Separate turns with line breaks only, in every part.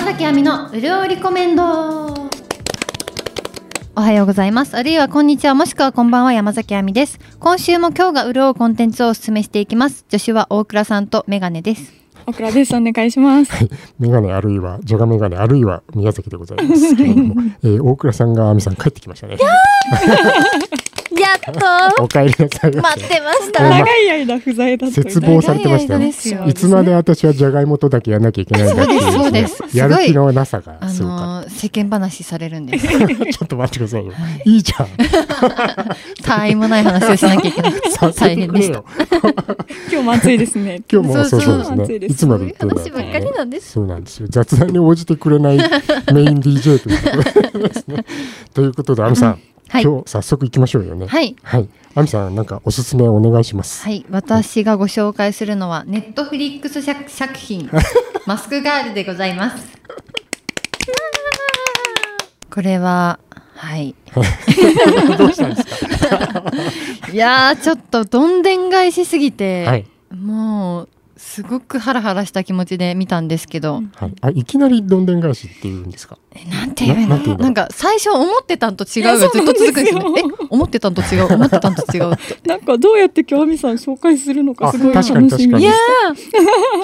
崎亜美のうるおリコメンドおはようございます。あるいはこんにちは、もしくはこんばんは、山崎亜美です。今週も今日が潤うコンテンツをお勧めしていきます。女子は大倉さんとメガネです。
オクラです。お願いします。
メガネあるいは、ジョガメガネあるいは宮崎でございますけれども、えー大倉さんが亜美さん帰ってきましたね。
やっ と
お帰りなさ
待
い。
ってまし
え
た。
ま
長い間不在だった
絶望されてました
長い間
よ。
ですよ
いつまで私はジャガイモとだけやらなきゃいけないんだってい
そう
う
で
です
そう
す
です
ね、やる気のなさが
あ
すごか
のー、世間話されるんです。
った。ちょっと待ってくださいよ。いいじゃん。
他愛もない話をしなきゃいけなくて
させ
大
て
変
く
で
れ
した。
よ。
今日も暑いですね。
今日もそう
そ
そうう
そう
です
暑い
ね。
です
いつまで言ってんだ
そういう話ばっかりなんです
そうなんですよ。雑談に応じてくれ ないメイン DJ ということですね。ということで、亜美さん、
はい
今日早速行きましょうよね。
はい。
はい。亜美さん、なんかおすすめお願いします。
はい、私がご紹介するのはネットフリックス 作作品マスクガールでございます。これははい。
どうしたんですか。
いやーちょっとどんでん返しすぎて、
はい。
もうすごくハラハラした気持ちで見たんですけど、
はい。あ、いきなりどんでん返しって言うんですか。
えなんて言えばいいの
ななんて言うんだろう
なんか最初思ってたんと違う
い
がず
や
っと続くんですよ
そ
ね
うなんで。
え思ってたんと違う思ってたんと違うって。
なんかどうやって今日アミさん紹介するのか
あ
すごい楽し
確か
み
に確か
い
に
や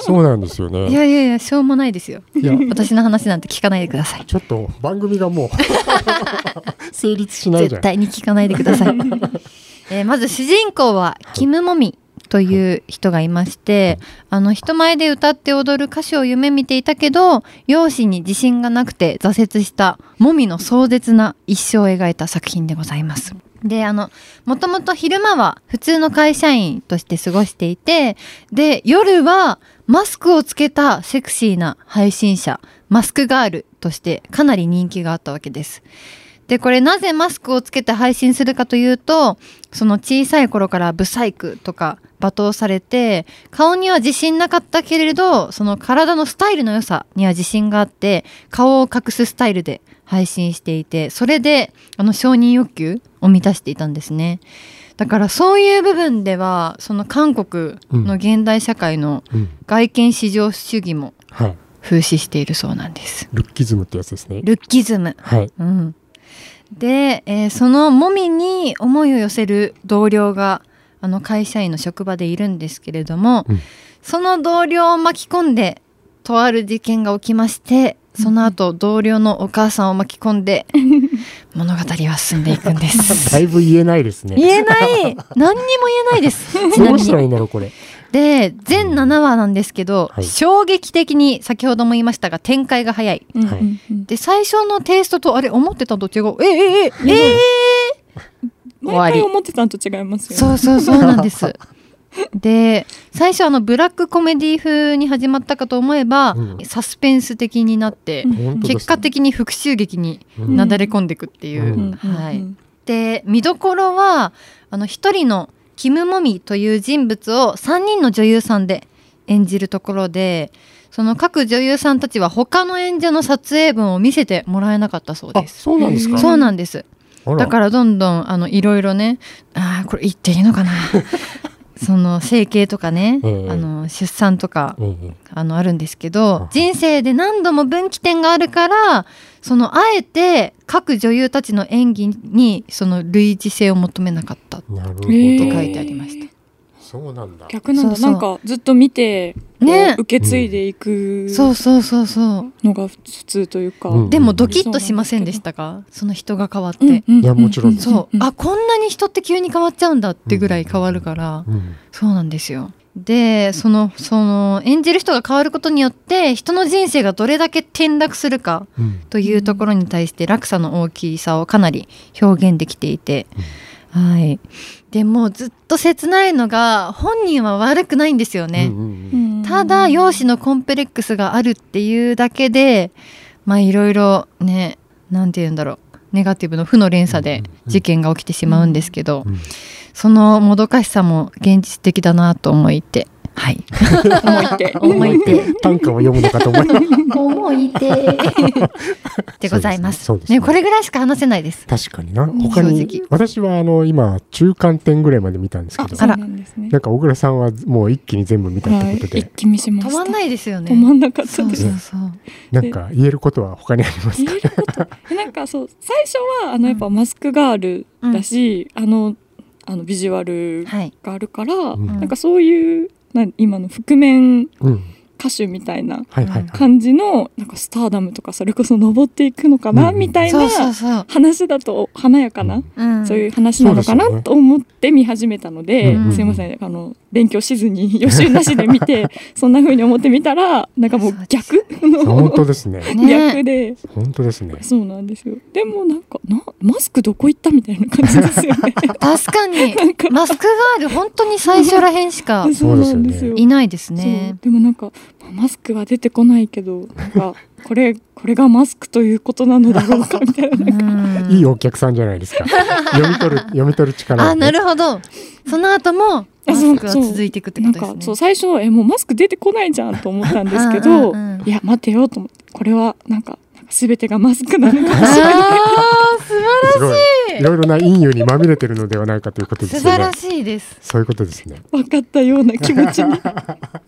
そうなんですよ
ー
ね。
いやいやいやしょうもないですよ。
いや、
私の話なんて聞かないでください。
ちょっと番組 がもう成立しないじ
絶
ゃん。
対に聞かないでくだ さい。えーまず主人公はキム・モミという人がいまして、あの人前で歌って踊る歌手を夢見ていたけど容姿に自信がなくて挫折したモミの壮絶な一生を描いた作品でございます。であのもともと昼間は普通の会社員として過ごしていてで夜はマスクをつけたセクシーな配信者マスクガールとしてかなり人気があったわけです。でこれなぜマスクをつけて配信するかというとその小さい頃からブサイクとか罵倒されて顔には自信なかったけれどその体のスタイルの良さには自信があって顔を隠すスタイルで配信していてそれであの承認欲求を満たしていたんですねだからそういう部分ではその韓国の現代社会の
うん。
外見至上主義も
はい。
風刺しているそうなんです
ルッキズムってやつですね。
ルッキズム
はい。
うん、で、えーそのもみに思いを寄せる同僚があの会社員の職場でいるんですけれども、
うん
その同僚を巻き込んでとある事件が起きましてその後同僚のお母さんを巻き込ん で物語は進んでいくんで
だ
す。
いぶ言えないですね。
言えない何にも言えない です。ちな
どう
み
し
に
たらいいんだろうこれ。
で全7話なんですけど、
はい
衝撃的に先ほども言いましたが展開が早い
うん
はい
うんうん
で最初のテイストとあれ思ってたのと違うええええええ終わ
毎
り
回思ってたんと違いますよね。
そうそうそうなんです で最初あのブラックコメディ風に始まったかと思えば、
うん
サスペンス的になって、
うん
本当です
結果的に復讐劇に
うん
なだれ込んでいくっていう、
うん
うん
はい、で見どころはあの一人のキム・モミという人物を3人の女優さんで演じるところでその各女優さんたちは他の演者の撮影分を見せてもらえなかったそう
あ、
です。
そうなんです
う
か。
そうなんです
あら
だからどんどんあのいろいろねあーこれ言っていいのか なその整形とかね、
ええ
あの出産とか
うんうん
あのあるんですけ
う
ど
ん
人生で何度も分岐点があるからそのあえて各女優たちの演技にその類似性を求めなかったって
なるほど。
へ
書
ー
いてありました。
そうなんだ。
逆なん
そ
だ。
うそう
なんかずっと見てこう
ね
受け継いでいく
そうそうそうそ
のが普通というか。
うん
うでもドキッとしませんでしたかその人が変わって、
いやもちろんです
そうあ
あ
こんなに人って急に変わっちゃうんだってぐらい変わるから、
うん。
そうなんですよ。でそのその演じる人が変わることによって人の人生がどれだけ転落するか
うん。
というところに対して落差の大きさをかなり表現できていて、はい、でもうずっと切ないのが本人は悪くないんですよね。
うんうんうん
ただ容姿のコンプレックスがあるっていうだけでまあいろいろねなんて言うんだろうネガティブの負の連鎖で事件が起きてしまうんですけど、
うん
そのもどかしさも現実的だなと思いてはい。
思いって。
思い手。
短歌を読むのかと思いま
思い手。 でございます。
そうですねそうですね
ね、これぐらいしか話せないです。
す。確かにな。
うん
他
正
に
直、
私はあの、今、中間点ぐらいまで見たんですけ
あ、
ど
そ、うなんですね
な。んか小倉さんはもう一気に全部見たっ
は
て
い、
ことで
一、気見しまし
止
た。
まんないですよね。
止まんなかった
そ
で
う
す。
そうそう。
なんか言えることは他にありますか
言え ることえなんかそう最初はあのやっぱマスクガールだし、あのあのビジュアル
はい。
があるから、
うん
なんかそういうなん今の覆面
うん。
歌手みたいな
はいはいはい。
感じのなんかスターダムとかそれこそ登っていくのかな、
うん
みたい
そうそう
な
そう。
話だと華やかな、
うん。
そういう話なのか
そうですよね
なと思って見始めたので、
うん
すいませんあの勉強しずに予習なしで見 てそんな風に思ってみたらなんかもう逆
本
の
当ですね。
ね
逆で。
本当ですね。
そうなんですよ。でもなんかなマスクどこ行ったみたいな感じですよ ね。
確かに。
なんか
マスクガール、本当に最初らへんしか
そうなんですよ。
いないです
そう
ね。
でもなんかまあマスクは出てこないけどなんかこれこれがマスクということなのだろうかみたいな。
うん
いいお客さんじゃないですか。読み取る、読み取る力がね。
あ、なるほど。その後も、マスクが続いていくって
な
こと
ん
です
か
ね。
そう最初えもうマスク出てこないじゃんと思ったんですけ
う
ど
んうんうん
いや待てよと思ってこれはなんかなんか全てがマスクなのか もしれない
あー素
すごい。いろいろな陰湯にまみれてるのではないかということです
晴
よ
素晴
ね
ら。しいです。
そういうことですね。
分かったような気持ちにあ
い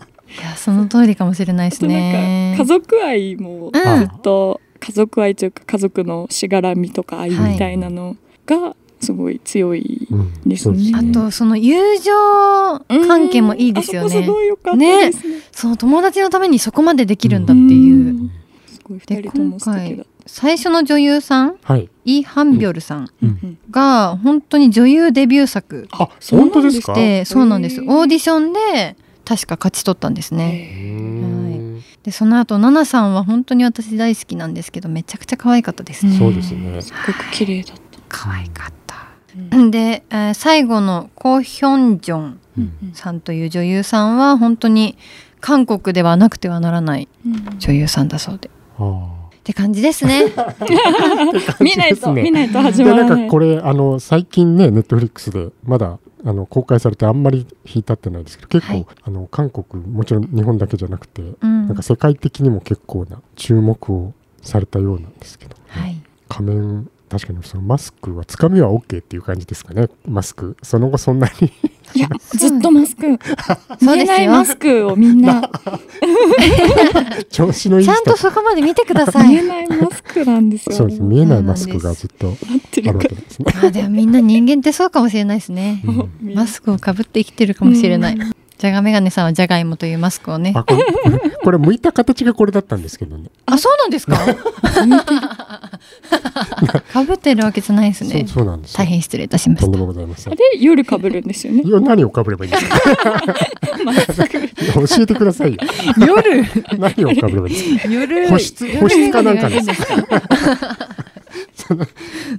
や、その通りかもしれないです
とな
ね
んか家。族愛も
うん
あ
ずっと家族愛というか家族のしがらみとか愛みたいなのがすごい強い、
うん
ですね
そう
あと、その友情関係もいいですよ
あそ
ね
こす。ごい良かったですね
その友達のためにそこまでできるんだっていう。
んすごい二人とも素敵だった
最初の女優さん、
はい。
イ・ハンビョルさん
今回
うん
が、本当に女優デビュー作
あ、
そうなん
本当ですか。
で、そうなんです。
へー
オーディションで、確か勝ち取ったんですね。
うー
え
ん
で、その後、ナナさんは本当に私大好きなんですけど、めちゃくちゃ可愛かったですね。
そうですね
ー。すごく綺麗だった、
可愛かった。
うん
で、えー最後のコ・ヒョンジョン
うん
さんという女優さんは本当に韓国ではなくてはならない女優さんだそうで。
あ
って感じです ね。
ー
見ないと、
感じですね
見ないと
で
始ま
な
らなんい
かこれあの最近ねネットフリックスでまだあの公開されてあんまり引いたってないですけど結構、
はい
あの韓国もちろん日本だけじゃなくて
うん
なんか世界的にも結構な注目をされたようなんですけど、
はい。
仮面確かにそのマスクはつかみは OK っていう感じですかねマスクその後そんなに
いやずっとマスク
そう
見え
です
ない
よ
マ。スクをみんな
調子のいい
ち
人
ゃんとそこまで見てくださ
見え
い。
ないマスクなんですよ
そうです見えないマスクがずっと
なって
あ
る
るわ
か
けですね。
まあでもみんな人間ってそうかもしれないですね。
うん
マスクをかぶって生きてるかもしれない。じゃがメガネさんはじゃがいもというマスクをね。
あこれ これ向いた形がこれだったんですけどね。
あ、そうなんですか かぶってるわけじゃないです
そ
ね
う。そうなんですよ。
大変失礼いたしま
と
し
んで
た。
もございません。
で夜かぶるんですよね
いや何をかぶればいいんですか
マスク
教えてくださいよ。
夜
何をかぶればいいんですか
夜。
保湿保湿かなんかです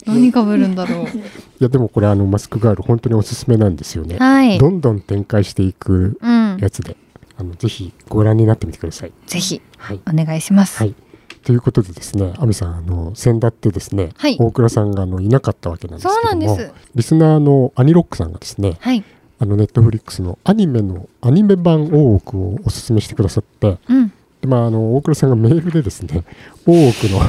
何かぶるんだろう。
いやでもこれあのマスクガール本当におすすめなんですよね。
はい。
どんどん展開していく
うん。
やつで、あのぜひご覧になってみてください。
ぜひ
はい。
お願いします。
はい。ということでですね、亜美さん、あの、先だってですね、
はい
大倉さんがあのいなかったわけなんですけど
そ
も
うなんで、
リスナーのアニロックさんがですね、
はい。
あの、ネットフリックスのアニメの、アニメ版大奥をおすすめしてくださって、
うん。
でまあ、あの大倉さんがメールでですね 大奥の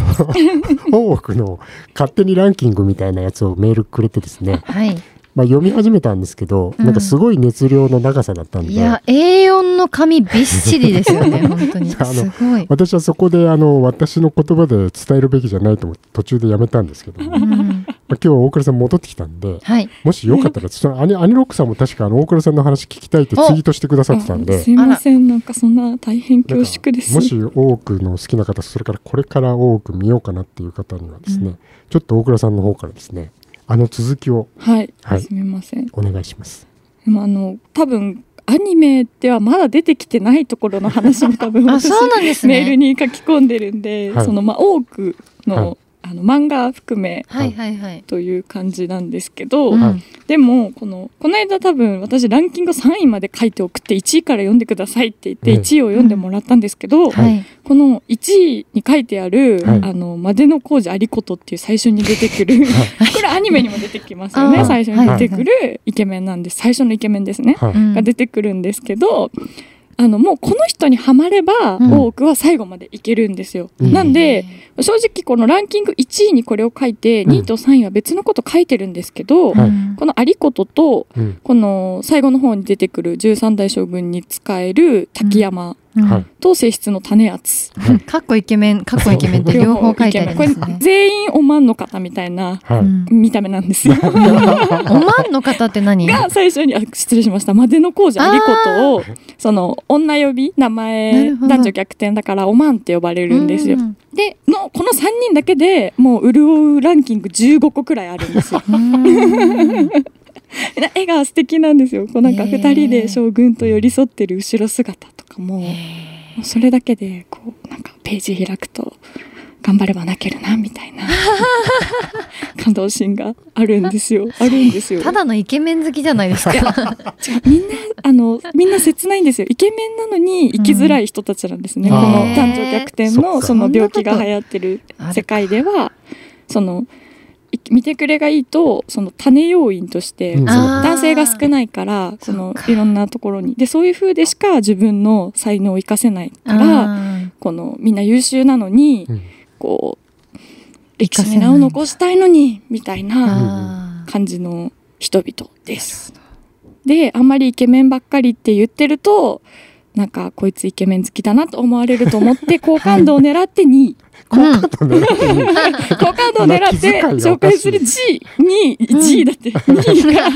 大奥の 勝手にランキングみたいなやつをメールくれてです ね、
はい。
まあ、読み始めたんですけど、
うん
なんかすごい熱量の長さだったん
い
で
や、A4 の紙びっしりですよ ね、本当に。
い
す
やあの
ごい。
私はそこであの私の言葉で伝えるべきじゃないと思って途中でやめたんですけども、
う
まあ、
ん
今日大倉さん戻ってきたんで
はい。
もしよかったらそのアニアニロックさんも確かあの大倉さんの話聞きたいってツイートしてくださってたん
あ
で。
すいませんなんかそんな大変恐縮です
もし多くの好きな方それからこれから多く見ようかなっていう方にはですね、
うん
ちょっと大倉さんの方からですねあの続きを
はい、
はい
すみません
お願いします。
でもあの多分アニメではまだ出てきてないところの話も多分
あ、そうなんです
メール
ね。
に書き込んでるんで、
はい
そのまあ多くの、
はい
ああの漫画含め
はいはいはい。
という感じなんですけど、
うん
はい
でもこのこの間多分私ランキング3位まで書いて送って1位から読んでくださいって言って
うん
1位を読んでもらったんですけど、
はい
はい。
この1位に書いてある「
はい
あのマデノコウジ有こと」っていう最初に出てくる これアニメにも出てきますよ
あ
ね
ー
最初に出てくるイケメンなんです最初のイケメンですね、
はい
うん
が出てくるんですけどあのもうこの人にはまれば、
うん
多くは最後までいけるんですよ。
うん
なんで、正直このランキング1位にこれを書いて、
うん
2位と3位は別のこと書いてるんですけど、
はい
うん
この有ことと
うん
この最後の方に出てくる13代将軍に仕える滝山
うん
はい
と性質の種厚、
かっこイケメン、かっこイケメンって両方書いてあります
これ
ね。
全員おまんの方みたいな
は
う
い
ん
見た目なんですよ
おまんの方って何
が最初にあ失礼しました「までの工事有こと」をその女呼び名
な
前
るほど
男女逆転だからおまんって呼ばれるんですよ
う。ん
でのこの3人だけでもう潤うランキング15個くらいあるんです よ
うん
な絵が素敵なんですよこうなんか
ねえ
2人で将軍と寄り添ってる後ろ姿とかも,、もうそれだけでこうなんかページ開くと頑張れば泣けるなみたいな感動心があるんですよあるんですよ
ただのイケメン好きじゃないですか。
違うみんなあのみんな切ないんですよイケメンなのに生きづらい人たちなんですね、
うん
この
へー
男女逆転
そっ
の
か
その病気が流行ってる
ある
世界ではそのい見てくれがいいとその種要因として、
うん
男性が少ないからこ
そっ
の
か
いろんなところにでそういう風でしか自分の才能を生かせない
あ
か
ー
らこのみんな優秀なのに、
うん
こう歴史に名を残したいのにみたいな
あー
感じの人々です。であんまりイケメンばっかりって言ってるとなんかこいつイケメン好きだなと思われると思って好感度を狙って2位
うん
あとね
好感度を狙って
まあ気遣いが
紹
おか
介
しい
する G に G だって2位が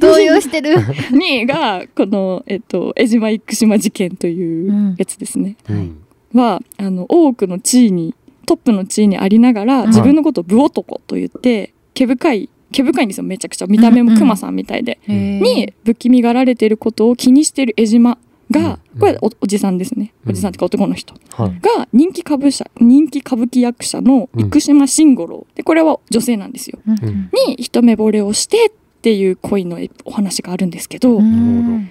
動揺してる。
2位がこの、えっと、江島生島事件というやつですね、
うん
はあの多くの地位にトップの地位にありながら自分のことを「武男」と言って毛深い毛深いんですよめちゃくちゃ見た目もクマさんみたいで、に不気味がられてることを気にしてる江島が、
うん
これおおじさんですね
うん
おじさんっていうか男の人、
はい
が人気歌舞者人気歌舞伎役者の生島慎五郎でこれは女性なんですよ
うん
うん
に一目惚れをしてっていう恋のお話があるんですけど、
うん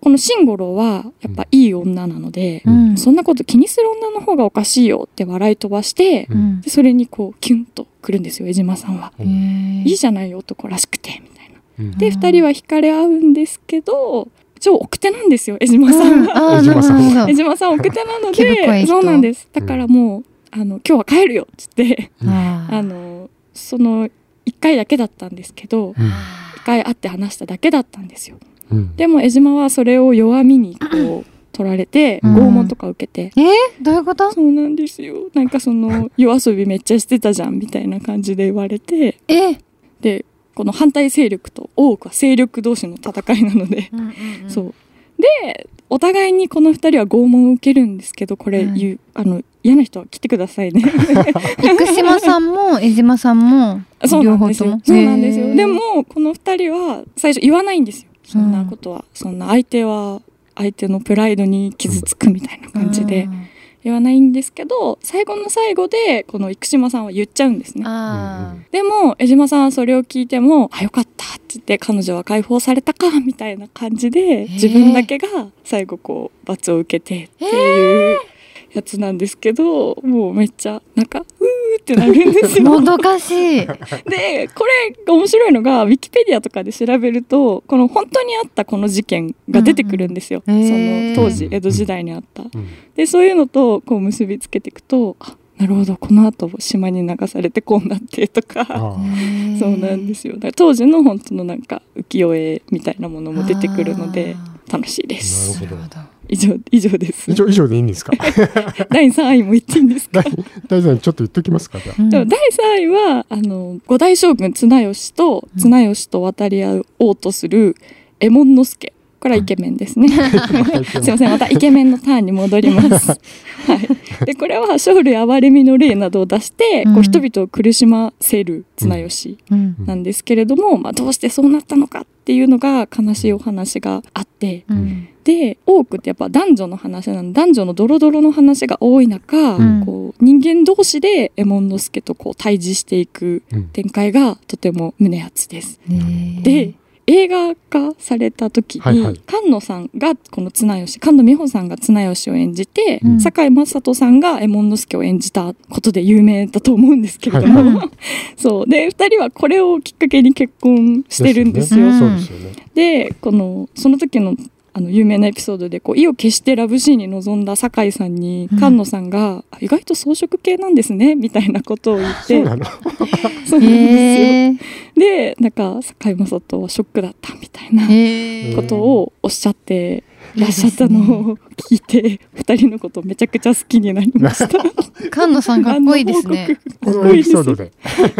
この慎五郎はやっぱいい女なので、
うん
そんなこと気にする女の方がおかしいよって笑い飛ばして
う
うん
でそれにこうキュンとくるんですよ江島さんは。
へー
いいじゃない男らしくてみたいな。
うん
う
で
ん
2人は惹かれ合うんですけど超奥手なんですよ江島さんは、
ああ、なるほどなるほ
江島さん奥手なの
毛深い
で
人
そうなんですだからもう、あの今日は帰るよっつって
ど。
あのその1回だけだったんですけど
うん
1回会って話しただけだったんですよ
うん
でも江島はそれを弱みにこう取られて
うん
拷問とか受けて、
えーどういうこと
そうなんですよなんか その夜遊びめっちゃしてたじゃんみたいな感じで言われて
えー
でこの反対勢力と多くは勢力同士の戦いなのでそうでお互いにこの2人は拷問を受けるんですけどこれ
うん
言う、あの嫌な人は来てくだ さいね
生島さんも江島さんも
そうな
両
ん
方
です
と
よ
も
そうなんです
へ
よ
ー
でもこの2人は最初言わないんですよそんなことは、そんな相手は相手のプライドに傷つくみたいな感じで言わないんですけど最後の最後でこの生島さんは言っちゃうんですね
あ
でも江島さんはそれを聞いても「あよかった」って言って彼女は解放されたかみたいな感じで
ー
自分だけが最後こう罰を受けてっていうやつなんですけどもうめっちゃなんか「うー」ってなるんです
あ も
よ。
どかしい
でこれが面白いのがウィキペディアとかで調べるとこの本当にあったこの事件が出てくるんですよ、
うんうんへー
その当時江戸時代にあった。
うん
でそういうのとこう結びつけていくとあなるほどこの後島に流されてこうなってとか。
あ
そうなんですすよ。だから当時の本当のなんか浮世絵みたいなものも出てくるので楽しいで
なるほ
す
ど。
以上以上です
以。上以上でいいんですか
第3位も言っていいんですか。
大大丈夫ちょっと言っときますかじゃあ
でも第3位はあの五代将軍綱吉と
うん
綱吉と渡り合おうとする右衛門之助。これはイケメンですね。すみません、またイケメンのターンに戻ります。はい。で、これは生類憐れみの霊などを出して、こ
う
うん人々を苦しませる綱吉。
うん
なんですけれども、まあ、どうしてそうなったのかっていうのが悲しいお話があって
うん
で多くってやっぱ男女の話なの男女のドロドロの話が多い中、
うん
こう人間同士で右衛門之助とこう対峙していく
うん
展開がとても胸熱です。
ねえ
で映画化された時に、
はいはい
菅野さんがこの綱吉菅野美穂さんが綱吉を演じて、
うん
堺雅人さんが右衛門之助を演じたことで有名だと思うんですけれども、
はい
そうで2人はこれをきっかけに結婚してるんですよ。
よ
そうですよね。
でこのその時のあの有名なエピソードでこう意を決してラブシーンに臨んだ酒井さんに
うん
菅野さんが、あ意外と装飾系なんですねみたいなことを言って
そうなの。
そうなんですよ。
へえ
でなんか酒井雅人はショックだったみたいな
へえ
ことをおっしゃっていらっしゃったのを聞いて二人のことめちゃくちゃ好きになりました。
菅野さんかっこいいですね。
こ
何の報告
のエピソードで。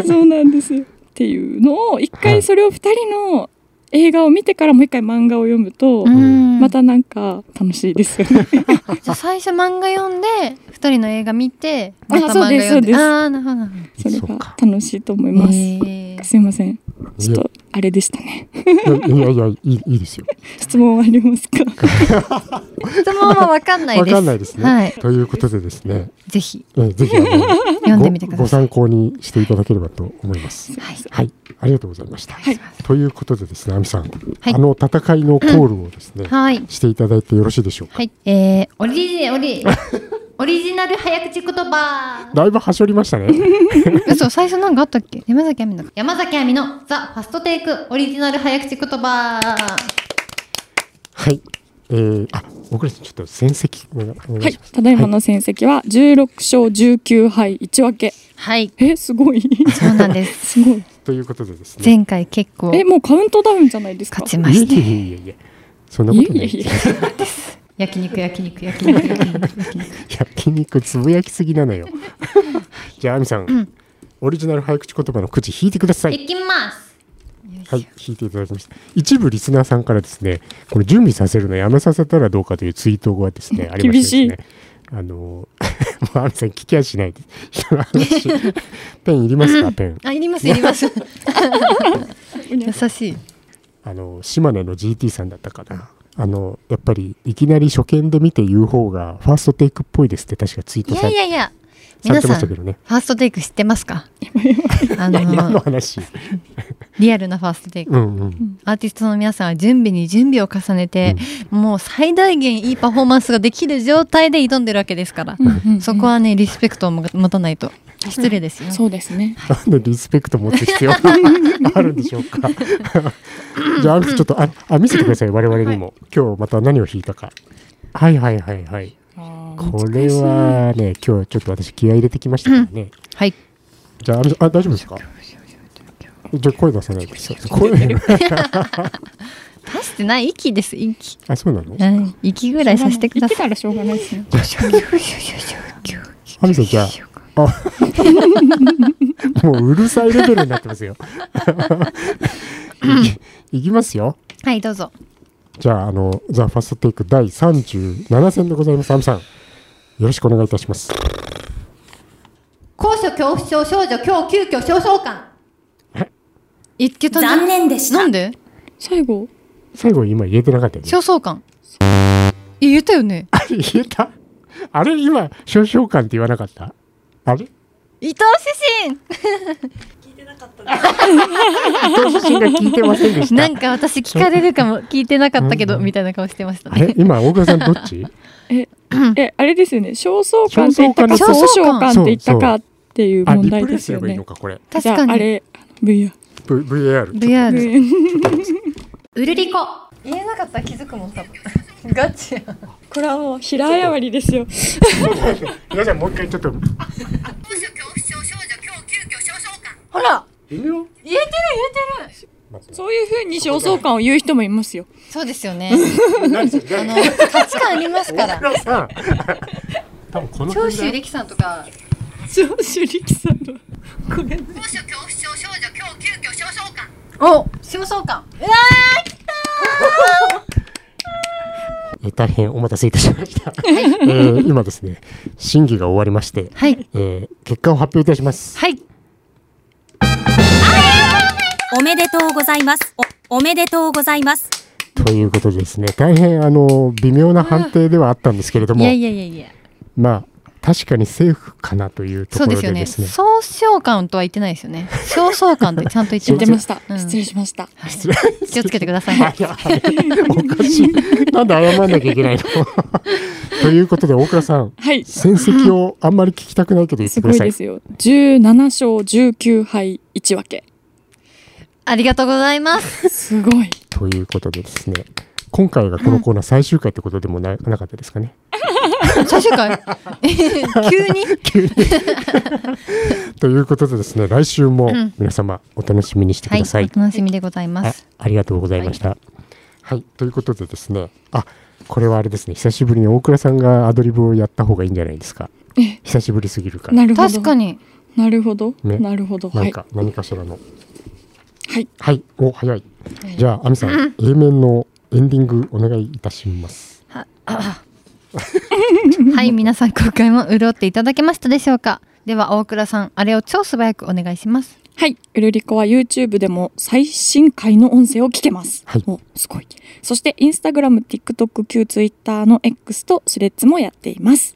そうなんですよ。っていうのを一回それを二人の映画を見てからもう一回漫画を読むと、
うん
またなんか楽しいですよね。
じゃあ最初漫画読んで二人の映画見てまた漫画
あそうです
読んで
そうです
ああなるほどなる
それ
そう
が
か
楽しいと思い
ほど
ます。
へえ
すいません。
い
ちょっとあれでしたね。
やいやいやいやいいいいですよ。
質問ありますか。
質問はわかんない
わ
です
かんないですね。
はい
ということでですね、
ぜひ
えーぜひあの
読んでみてく
ご
だ
ご
さい
参考にしていただければと思います。
はい
はい、ありがとうございました。
はい
ということでですね、亜美さん、
い
あの戦いのコールをですね、
はい
していただいてよろしいでしょうか。
はいえーオリジオリオリジナル早口言葉
だいぶ端折りましたね。
嘘最初なんかあったっけ山崎亜美の山崎亜美のザ・ファストテイクオリジナル早口言葉
はい。えー、あ、小倉さん、ちょっと戦績お願いお願
はいい
します。。
ただいまの戦績は16勝19敗1分け。
はい
え、す ごい。
そうなんです
すごい。
ということでですね、
前回結構
え、もうカウントダウンじゃないですか
勝。ちました
いえいえいえいえ、そんなことない
え
い
いえいえ。
焼肉焼肉焼肉焼肉焼肉
焼肉つぶやきすぎなの よ。じゃあ、亜美さん,、オリジナル早口言葉のくじ引いてください。
いきます
はい、引いていただきました。一部リスナーさんからですね、これ準備させるのやめさせたらどうかというツイートがです ね、ありましてですね。あの、 もう亜美さん聞きはしないです。人の話 ペンいりますか、ペン。
あいりますいります 優しい
あの島根の GT さんだったかなあのやっぱりいきなり初見で見て言う方がファーストテイクっぽいですって確かツイー
い
ト
や
され
いやいや
さ
皆
れてま
さ
し
んフ
たけ
ァ
どね
ーストテイク知ってます かあ
何の
の
話
リアルなファーストテイク
うんうん
アーティストの皆さんは準備に準備を重ねて、もう最大限いいパフォーマンスができる状態で挑んでるわけですから、そこはねリスペクトをも持たないと失礼ですよ。
そうですね。
なんでリスペクト持つ必要 があるんでしょうか じゃあアミスちょっとああ見せてください我々にも、今日また何を弾いたかはいはいはいはいこれはね今日ちょっと私気合い入れてきましたからね、
はい。
じゃあアミスあ大丈夫ですかじゃあ声出さないで声
出してない息です息。
あそうなの
はい息ぐらいさせてくだ
生き
さい。
たらしょうがないですね。
ハミさんじゃああもううるさいレベルになってます よいいきますよ
はいどうぞ。
じゃああの「ザ・ファーストテイク第37戦でございますハミさんよろしくお願いいたします
高所恐怖症少女今日急遽少々感
いけたね
残念でした
なんで？
最後。
最後今言えてなかったよね
焦燥感。え言えたよね。
あれ 言えたあれ今少々感って言わなかったあれ
伊藤指
私自身が聞いてませんでし
針。 な
た
んか私聞かれるかも聞いてなかったけどみたいな顔してました
あれ
ね。
今大倉さんどっち
え、え、あれですよね。焦燥感って言ったか、
焦
焦
燥感
燥感って言ったかっていう
あリ
問
プ
題
レイ
ですす
れ
よ
ばいい
ね
の。かこれ
確
じゃ
か
あ、あ
に。
れ、VR。
V- VAR
VR。
うるりこ
言えなかったら気づくもん多分。ガチや。
これはもう平謝りですよ。
皆さんもう一回ちょっと
ほら
微妙
言えてる言えてる。
そういう風に焦燥感を言う人もいますよ。
そうですよね。
何それ
あの価値観ありますから。
大倉さん 多分この
長
辺
州
だよ
力さんとか
長州力さんの。ごめんなさい。
お下総監
えー大変お待たせいたしました、えー今ですね審議が終わりまして、
はい
えー結果を発表いたします
はい
おめでとうございます。お、おめでとうございます。
ということでですね大変あの微妙な判定ではあったんですけれど
い
も
やいやいやいや
まあ確かにセーフかなというと
そう
こ
で
ろ
す
で
よね。
ですね。
総称感とは言ってないですよね。総称感ってちゃんと言って
言
ま
って
す。
ました、
うん
失礼しました
はい
失礼
気をつけてください。
はいはいおかしい。なんで謝らなきゃいけないの ということで、大倉さん、
はい
戦績をあんまり聞きたくないけど言っ
す
てく
ご
だ
い
さい。
ですよ17勝19敗1分け
ありがとうございます。
すごい
ということでですね、今回がこのコーナー最終回ってことでもななかったですかね。
最終 回急に
ということでですね、来週も
うん
皆様お楽しみにしてく
はい、
ださい。
お楽しみでございま
あ
す。
ありがとうございました。はい、ということでですね、あこれはあれですね、久しぶりに大倉さんがアドリブをやった方がいいんじゃないですか。
え
久しぶりすぎるから。
なるほど
確か に。
なるほど、
ね
なるほどは
何
い
か、何かしらの。
はい
はい、お早い。じゃあ、亜美さん、A 面のエンディングお願いいたします。
はい、皆さん今回も潤っていただけましたでしょうか。では大倉さん、あれを超素早くお願いします。
はい。うるりこは YouTube でも最新回の音声を聞けます。
はい
お、すごい。そして Instagram、TikTok、旧 Twitter の X とスレッズもやっています。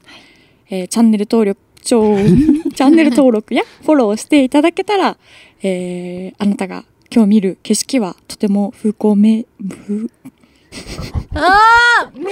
えーチャンネル登録、ち ょチャンネル登録やフォローしていただけたら、えーあなたが今日見る景色はとても風光明、風
ああ、珍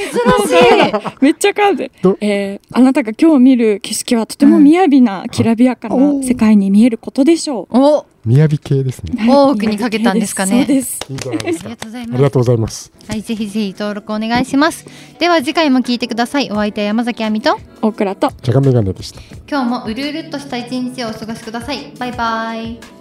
しい。
めっちゃ噛んで
ど、
えーあなたが今日見る景色はとても雅な、きらびやかな世界に見えることでしょ
お、
雅系で すね。
う。
大奥にかけたんですかね
そうです。
いいんじゃないです
ありが。とう
か
ござい
あ
ま
りが
す。
とうございます。
はい、ぜひぜひ登録お願いします。では次回も聞いてください。お相手は山崎亜美と、
大倉と
じゃがメガネでした。
今日もうるうるっとした一日をお過ごしください。バイバイ。